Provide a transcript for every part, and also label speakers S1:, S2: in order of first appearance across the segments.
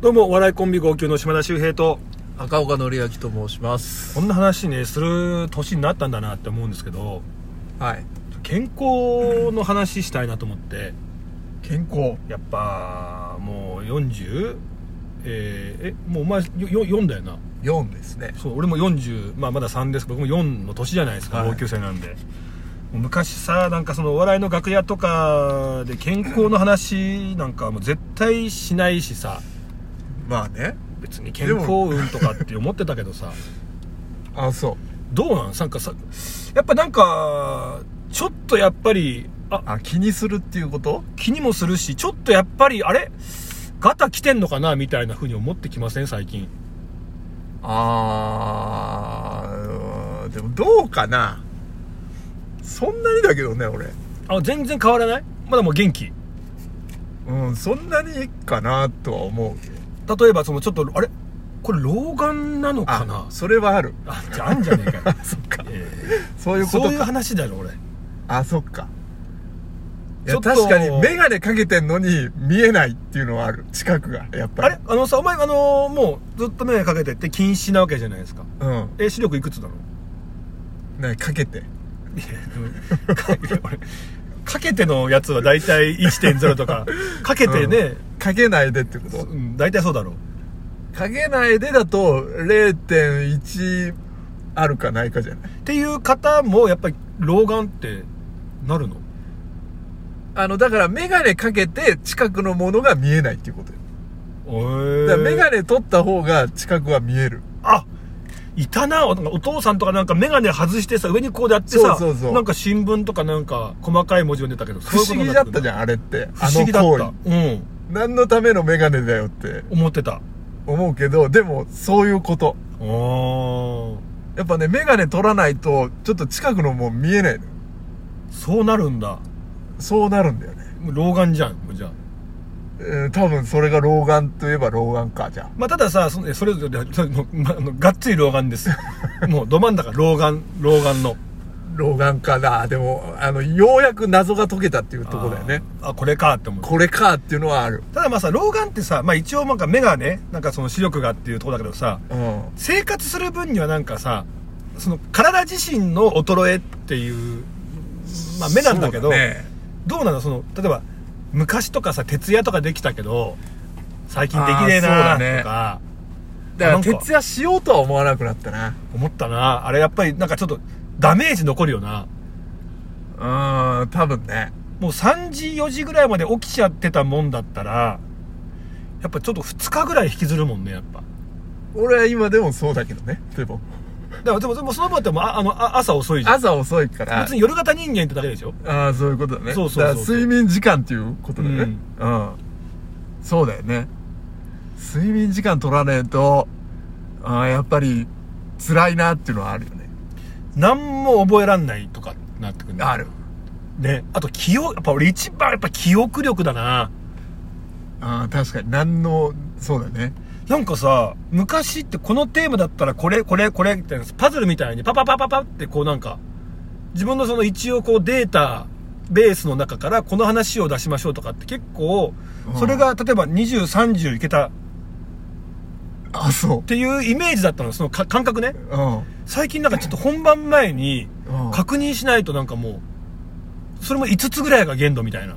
S1: どうもお笑いコンビ号泣の島田秀平と
S2: 赤岡典明と申します
S1: こんな話ねする年になったんだなって思うんですけど
S2: はい
S1: 健康の話したいなと思って
S2: 健康
S1: やっぱもう40えーえもうお前よよ4だよな
S2: 4ですね
S1: そう俺も40、まあ、まだ3ですけど僕も4の年じゃないですか、
S2: はい
S1: 同級生なんでもう昔さなんかそのお笑いの楽屋とかで健康の話なんかもう絶対しないしさ
S2: まあね
S1: 別に健康運とかって思ってたけどさ
S2: あそ
S1: どうなんなんかさやっぱなんかちょっとやっぱりあ
S2: うあ気にするっていうこと
S1: 気にもするしちょっとやっぱりあれガタ来てんのかなみたいな風に思ってきません最近
S2: あーうーんでもどうかなそんなにだけどね俺
S1: あ全然変わらないまだもう元気
S2: うんそんなにかなとは思う
S1: 例えばそのちょっとあれこれ老眼なのかな
S2: あそれはあ る
S1: あじゃああんじゃねえ かよ
S2: そっか
S1: え
S2: そう
S1: え
S2: いうこと
S1: そう
S2: か
S1: いう話だろ俺
S2: あそっかい
S1: ちょ
S2: や
S1: っと
S2: 確かに眼鏡かけてんのに見えないっていうのはある近くがやっぱ
S1: あ
S2: り
S1: れあのさお前あのーもうずっと眼鏡かけてって禁止なわけじゃないですか
S2: うん
S1: え視力いくつなの
S2: ねかけて
S1: いやか俺かけてのやつは大体1.0と かかけてね、
S2: かけないでってこ
S1: う
S2: と
S1: ん、大体そうだろう
S2: かけないでだと0.1あるかないかじゃない
S1: っていう方もやっぱり老眼ってなるの
S2: あのだから眼鏡かけて近くのものが見えないっていうこと
S1: え
S2: よだから眼鏡取った方が近くは見える
S1: あいたなおお父さんとかなんか眼鏡外してさ上にこうでやってさ
S2: そうそうそう
S1: なんか新聞とかなんか細かい文字読んでたけど
S2: 不思議だったじ
S1: ん
S2: ゃんあれってあ
S1: 不
S2: の
S1: 思議だ
S2: 行
S1: った
S2: 為
S1: うん
S2: 何のための眼鏡だよって
S1: 思ってた
S2: 思うけどでもそういうこと
S1: おー
S2: やっぱね眼鏡取らないとちょっと近くのもう見えないのよ
S1: そうなるんだ
S2: そうなるんだよね、
S1: 老眼じゃんもうじゃあ
S2: えー多分それが老眼といえば老眼かじゃあ
S1: まあ、たださ、そのそれぞれ、 そのまあのがっつり老眼 です。もう、ど真ん中、老眼、老眼の。
S2: 老眼かなでもあのようやく謎が解けたって いうとこだよね
S1: あー。あ、これかって思う。
S2: これかっていうのはある
S1: ただまあさ、老眼ってさ、まあ一応なんか目がね、なんかその視力がっていうところだけどさ、
S2: うん
S1: 生活する分にはなんかさ、その体自身の衰えっていう、まあ目なんだけど、
S2: そうね
S1: どうなのその、例えば、昔とかさ、徹夜とかできたけど、最近できねえな
S2: あーそうだね
S1: ーとか、
S2: だか
S1: な
S2: ら
S1: んか
S2: 徹夜しようとは思わなくなったな
S1: 思ったな。あれやっぱりなんかちょっと、ダメージ残るよな。
S2: うーん多分ね
S1: もう3時4時ぐらいまで起きちゃってたもんだったらやっぱちょっと2日ぐらい引きずるもんねやっぱ
S2: 俺は今でもそうだけどねでも
S1: だからでもでもその分ってもうああのあ朝遅いじゃん
S2: 朝遅いから
S1: 別に夜型人間ってだけでしょ
S2: ああそういうことだね
S1: そうそうそう
S2: だから睡眠時間っていうことだねうん、そうだよね睡眠時間取らねえとああやっぱり辛いなっていうのはあるよね
S1: 何も覚えらんないとかなってくるね
S2: ある
S1: ねあと記憶やっぱ俺一番やっぱ記憶力だな
S2: ああ確かに何のそうだね
S1: なんかさ昔ってこのテーマだったらこれこれこれってパズルみたいにパパパパパってこうなんか自分のその一応こうデータベースの中からこの話を出しましょうとかって結構
S2: うん
S1: それが例えば2030いけたっ
S2: ああそう
S1: ていうイメージだったのそのか感覚ね
S2: うん
S1: 最近なんかちょっと本番前に
S2: うん
S1: 確認しないとなんかもうそれも5つぐらいが限度みたいな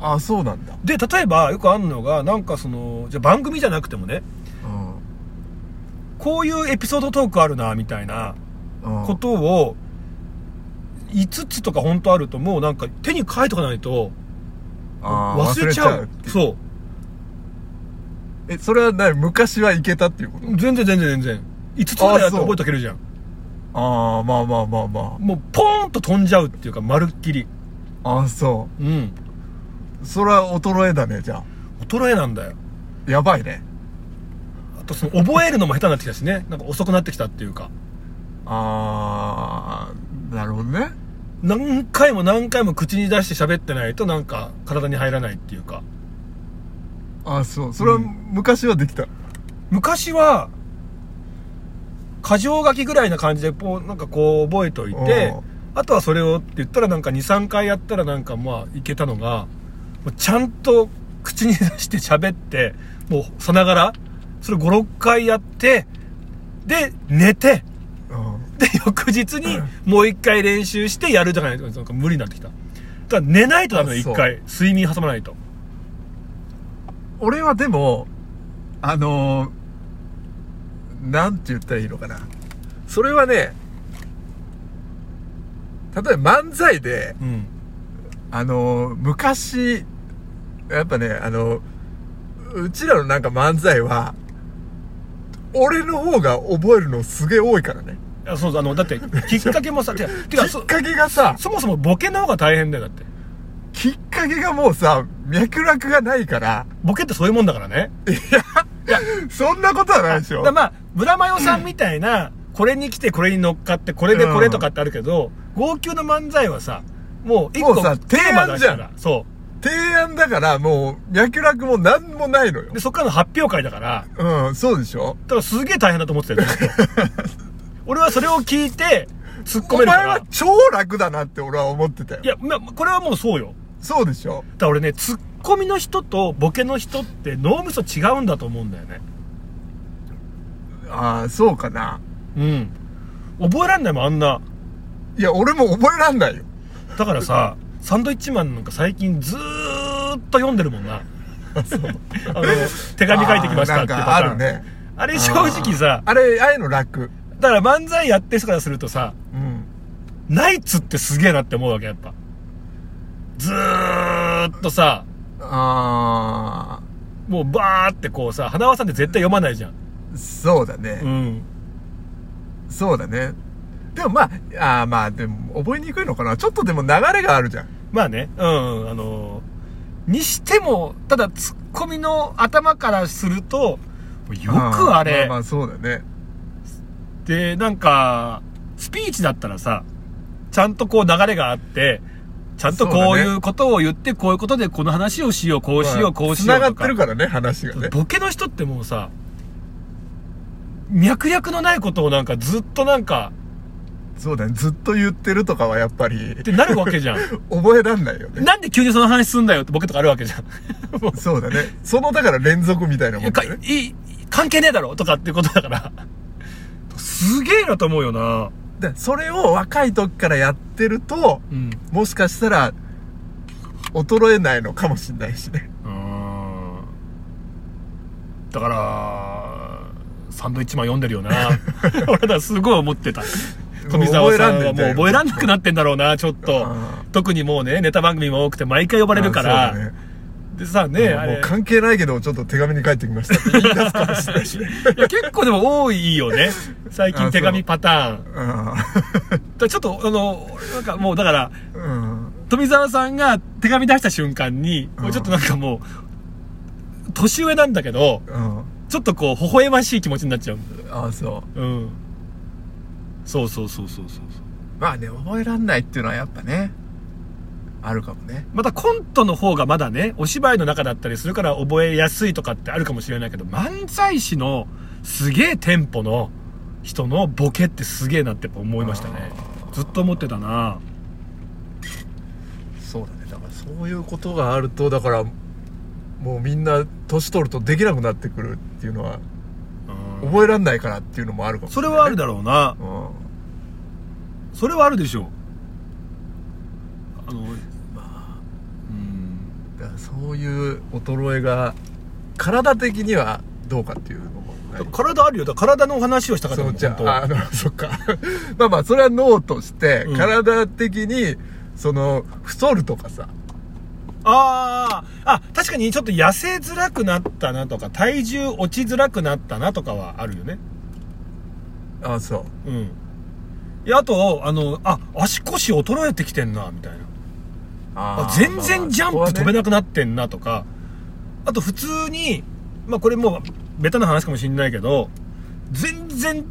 S2: ああそうなんだ
S1: で例えばよくあるのがなんかそのじゃあ番組じゃなくてもね
S2: う
S1: こういうエピソードトークあるなみたいなん
S2: うん
S1: ことを5つとか本当あるともうなんか手に書いとかないと
S2: ああ
S1: 忘れちゃうそう
S2: えそれは何昔はいけたっていうこと
S1: 全然全然全然5つぐらいだって覚えとけるじゃん
S2: ああまあまあまあま
S1: もうポーンと飛んじゃうっていうかまるっきり
S2: あああそ
S1: うん
S2: うそれは衰えだねじゃ
S1: 衰えなんだよ
S2: あやばいね
S1: あとその覚えるのも下手になってきたしねなんか遅くなってきたっていうか
S2: ああなるほどね
S1: 何回も何回も口に出して喋ってないとなんか体に入らないっていうか
S2: ああそうそれは
S1: うん
S2: 昔はできた、
S1: 昔は箇条書きぐらいな感じでこうなんかこう覚えといて
S2: おう
S1: あとはそれをって言ったらなんか23回やったらなんかまあいけたのがもうちゃんと口に出して喋って、もうさながら、それ5、6回やって、で、寝て、
S2: うん
S1: で、翌日にもう一回練習してやるじゃないと、なんか無理になってきた。だから寝ないとダメだよ、
S2: あそう
S1: 一回。睡眠挟まないと。
S2: 俺はでも、あのーなんて言ったらいいのかな。それはね、例えば漫才で、
S1: うん。
S2: あのー昔、やっぱね、あのうちらのなんか漫才は、俺の方が覚えるのすげえ多いからね。
S1: いやそうあの、だって、きっかけもさ、てか、て
S2: き
S1: か
S2: っ
S1: そ、
S2: かけがさ、
S1: そもそもボケの方が大変だよ、だって。
S2: きっかけがもうさ、脈絡がないから、
S1: ボケってそういうもんだからね。
S2: そんなことはないでし
S1: だ
S2: ょ。
S1: からまあ、ブラマヨさんみたいな、これに来てこれに乗っかって、これでこれとかってあるけど、号泣の漫才はさ、もう一個
S2: もうさ
S1: テーマだ
S2: 提
S1: か
S2: 案じゃ
S1: ら、そ
S2: 提案だからもう脈絡もなんもないのよ
S1: う。で、。そっからの発表会だから、
S2: うん、そうでしょ
S1: だからすげえ大変だと思ってたよ、ず っと俺はそれを聞いて、突っ込
S2: お
S1: めるか
S2: 前
S1: ら
S2: は。超楽だなって俺は思ってたよ
S1: い。や、まあ、これはもうそうよ。
S2: そうでしょ
S1: だから俺ね、ツッコミの人とボケの人って脳みそ違うんだと思うんだよね。
S2: ああ、そうかな。
S1: うん。覚えらんないもん、あんな。
S2: いや、俺も覚えらんないよ。
S1: だからさ、サンドイッチマンなんか最近ずーっと読んでるもんな。 あの、手紙書いてきましたって
S2: あ
S1: パタ
S2: ーなんかあ
S1: ーン。
S2: るね。
S1: あれ正直さ、
S2: あれ、ああいうの楽。
S1: だから漫才やってる人からするとさ、
S2: うん。
S1: ナイツってすげえなって思うわけ、やっぱ。ずーっとさ、
S2: あ
S1: もうバーってこうさ、花輪さんって絶対読まないじゃん。
S2: あ、そうだね。
S1: うん。
S2: そうだね。でもまあ、ああまあ、でも覚えにくいのかな。ちょっとでも流れがあるじゃん。
S1: まあね、うん、うんあのーにしても、ただツッコミの頭からすると、よくあれ、
S2: まあまあそうだね。
S1: で、なんか、スピーチだったらさ、ちゃんとこう流れがあって、ちゃんとこう
S2: そうだ
S1: いうことを言って、こういうことでこの話をしよう、こうしよう、こうしよう
S2: 繋
S1: とか。
S2: がってるからね、話がね。
S1: ボケの人ってもうさ、脈々のないことをなんかずっとなんか、
S2: そうだね。ずっと言ってるとかはやっぱり
S1: っ、てなるわけじゃ ん。
S2: 覚えらんないよね。
S1: なんで急にその話すんだよってボケとかあるわけじゃん。もう
S2: そうだね。そのだから連続みたいなもん
S1: か
S2: だよね。
S1: いい関係ねえだろとかっていうことだから。すげえなと思うよな。
S2: でそれを若い時からやってると、
S1: うん。
S2: もしかしたら、衰えないのかもしれないしね。
S1: うん。だから、サンドイッチマン読んでるよ な。俺らすごい思ってた。富澤さんはもう
S2: 覚えらんねえんだよ
S1: 覚えらんなくなってんだろうな、ちょっと
S2: あ。
S1: 特にもうね、ネタ番組も多くて毎回呼ばれるか
S2: あ
S1: ら。
S2: そうだね
S1: でさ、ね、あ
S2: もうも
S1: れ
S2: う。関係ないけど、ちょっと手紙に書いてきました って言い出すかもしれないしね。
S1: いや結構でも多いよね。最
S2: あそ
S1: 近
S2: う
S1: 手紙パターン。だか
S2: う
S1: らちょっと、あの、なんかもうだから、
S2: ん。うん
S1: 富澤さんが手紙出した瞬間に、
S2: うん
S1: もうちょっとなんかもう、年上なんだけど、
S2: うん。
S1: ちょっとこう、微笑ましい気持ちになっちゃうんだよ。
S2: ああ、そう。
S1: うん。そうそうそうそうそうそう。
S2: まあね、覚えらんないっていうのはやっぱね、あるかもね。
S1: またコントの方がまだね、お芝居の中だったりするから覚えやすいとかってあるかもしれないけど、漫才師のすげえテンポの人のボケってすげえなってやっぱ思いましたね。ずっと思ってたな
S2: そうだね。だからそういうことがあると、だから、もうみんな年取るとできなくなってくるっていうのは、
S1: うん
S2: 覚えらんないからっていうのもあるかもし
S1: そ
S2: れ
S1: れ
S2: ない、
S1: はあるだろうな。
S2: うん。
S1: それはあるでしょうあのうん
S2: だからそういう衰えが体的にはどうかっていうのもない
S1: 体あるよだから体のお話をしたかった
S2: そ
S1: も
S2: うんじゃ
S1: 本当
S2: ああの そっかまあまあそれは脳として
S1: うん
S2: 体的にその太るとかさ、
S1: あーあ確かにちょっと痩せづらくなったなとか体重落ちづらくなったなとかはあるよね
S2: ああそう
S1: うんいやあとあのあ足腰衰えてきてんなみたいな
S2: あ
S1: あ全然ジャンプ飛べ
S2: ない
S1: なくなってんなとか、あと普通に、まあこれもうベタな話かもしんないけど、全然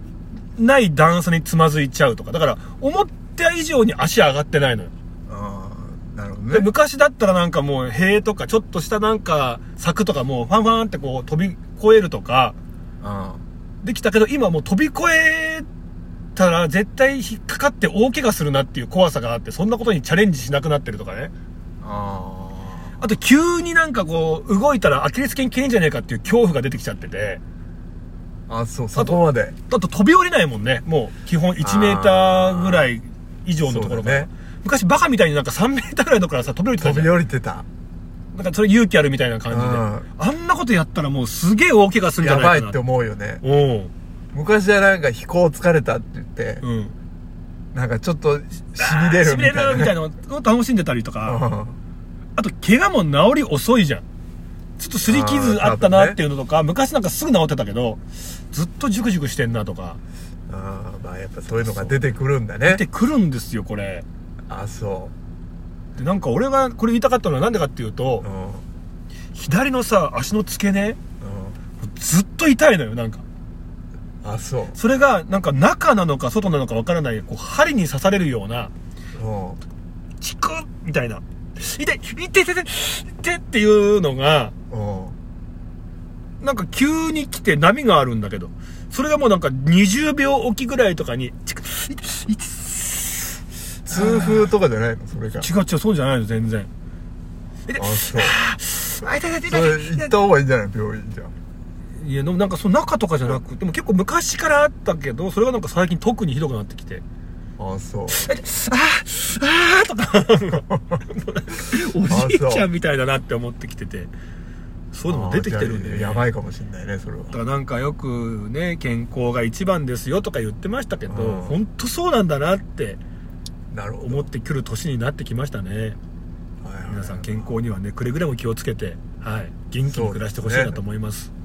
S1: ない段差につまずいちゃうとか、だから思った以上に足上がってないのよ。
S2: ああなるほ
S1: で
S2: どね
S1: 昔だったらなんかもう塀とかちょっとしたなんか柵とかもうファンファンってこう飛び越えるとか
S2: あ
S1: できたけど今もう飛び越えたら絶対引っかかって大怪我するなっていう怖さがあってそんなことにチャレンジしなくなってるとかね。
S2: あ
S1: あと急になんかこう、動いたらアキレス腱切れんじゃねえかっていう恐怖が出てきちゃってて、
S2: あ、そう、そこまで。
S1: だって飛び降りないもんね。もう、基本1メーターぐらい以上のところから。
S2: そうだね
S1: 昔バカみたいになんか3メーターぐらいのところからさ、飛び降りてたじ
S2: 飛
S1: ゃん
S2: び。降りてた。
S1: なんかそれ勇気あるみたいな感じで。あんなことやったらもうすげえ大怪我するんじゃ
S2: や
S1: ないか
S2: ば
S1: な。
S2: いって思うよね。
S1: 思う。
S2: 昔はなんか飛行疲れたって言って、
S1: うん。うん。
S2: なんかちょっとし痺れるみたいな。
S1: 痺れるみたいなのを楽しんでたりとか。
S2: うん
S1: あと、怪我も治り遅いじゃん。ちょっと擦り傷あったなっていうのとか、昔なんかすぐ治ってたけど、ずっとジュクジュクしてんなとか、
S2: ああまあやっぱそういうのが出てくるんだね
S1: 出てくるんですよ、これ。
S2: あそ
S1: で、なんか俺がこれ言いたかったのはなんでかっていう
S2: う
S1: と
S2: う、んうん
S1: 左のさ、足の付け根、ずっと痛いのよ、なんか。
S2: あそ
S1: それが、なんか中なのか外なのかわからない、こう、針に刺されるような、
S2: ううん
S1: チクッみたいな。痛い痛い痛い痛い痛い痛いっていうのが、
S2: うん
S1: なんか急に来て波があるんだけど、それがもうなんか20秒おきぐらいとかに、チクッ痛い痛
S2: 痛風とかじゃないのそれが
S1: い違う違う、そうじゃないの、全然。痛い
S2: あ そう
S1: あ痛い痛い
S2: そ
S1: 痛
S2: れ
S1: い
S2: 行
S1: 痛
S2: っ
S1: い
S2: た方がいいんじゃない病院じゃん
S1: いや、でもなんかその中とかじゃなく、でも結構昔からあったけど、それがなんか最近特にひどくなってきて。
S2: あそう
S1: あーあーと か、おじいちゃんみたいだなって思ってきてて、そういうのも出てきてるんだよ
S2: あ
S1: ね。
S2: じゃあやばいかもしんないねそれは
S1: だからなんかよくね、健康が一番ですよとか言ってましたけど、
S2: うん
S1: 本当そうなんだなって
S2: なるほど
S1: 思ってくる年になってきましたね。
S2: はいはいはい
S1: 皆さん健康にはね、くれぐれも気をつけて、はい、元気に暮らしてほしいなと思います。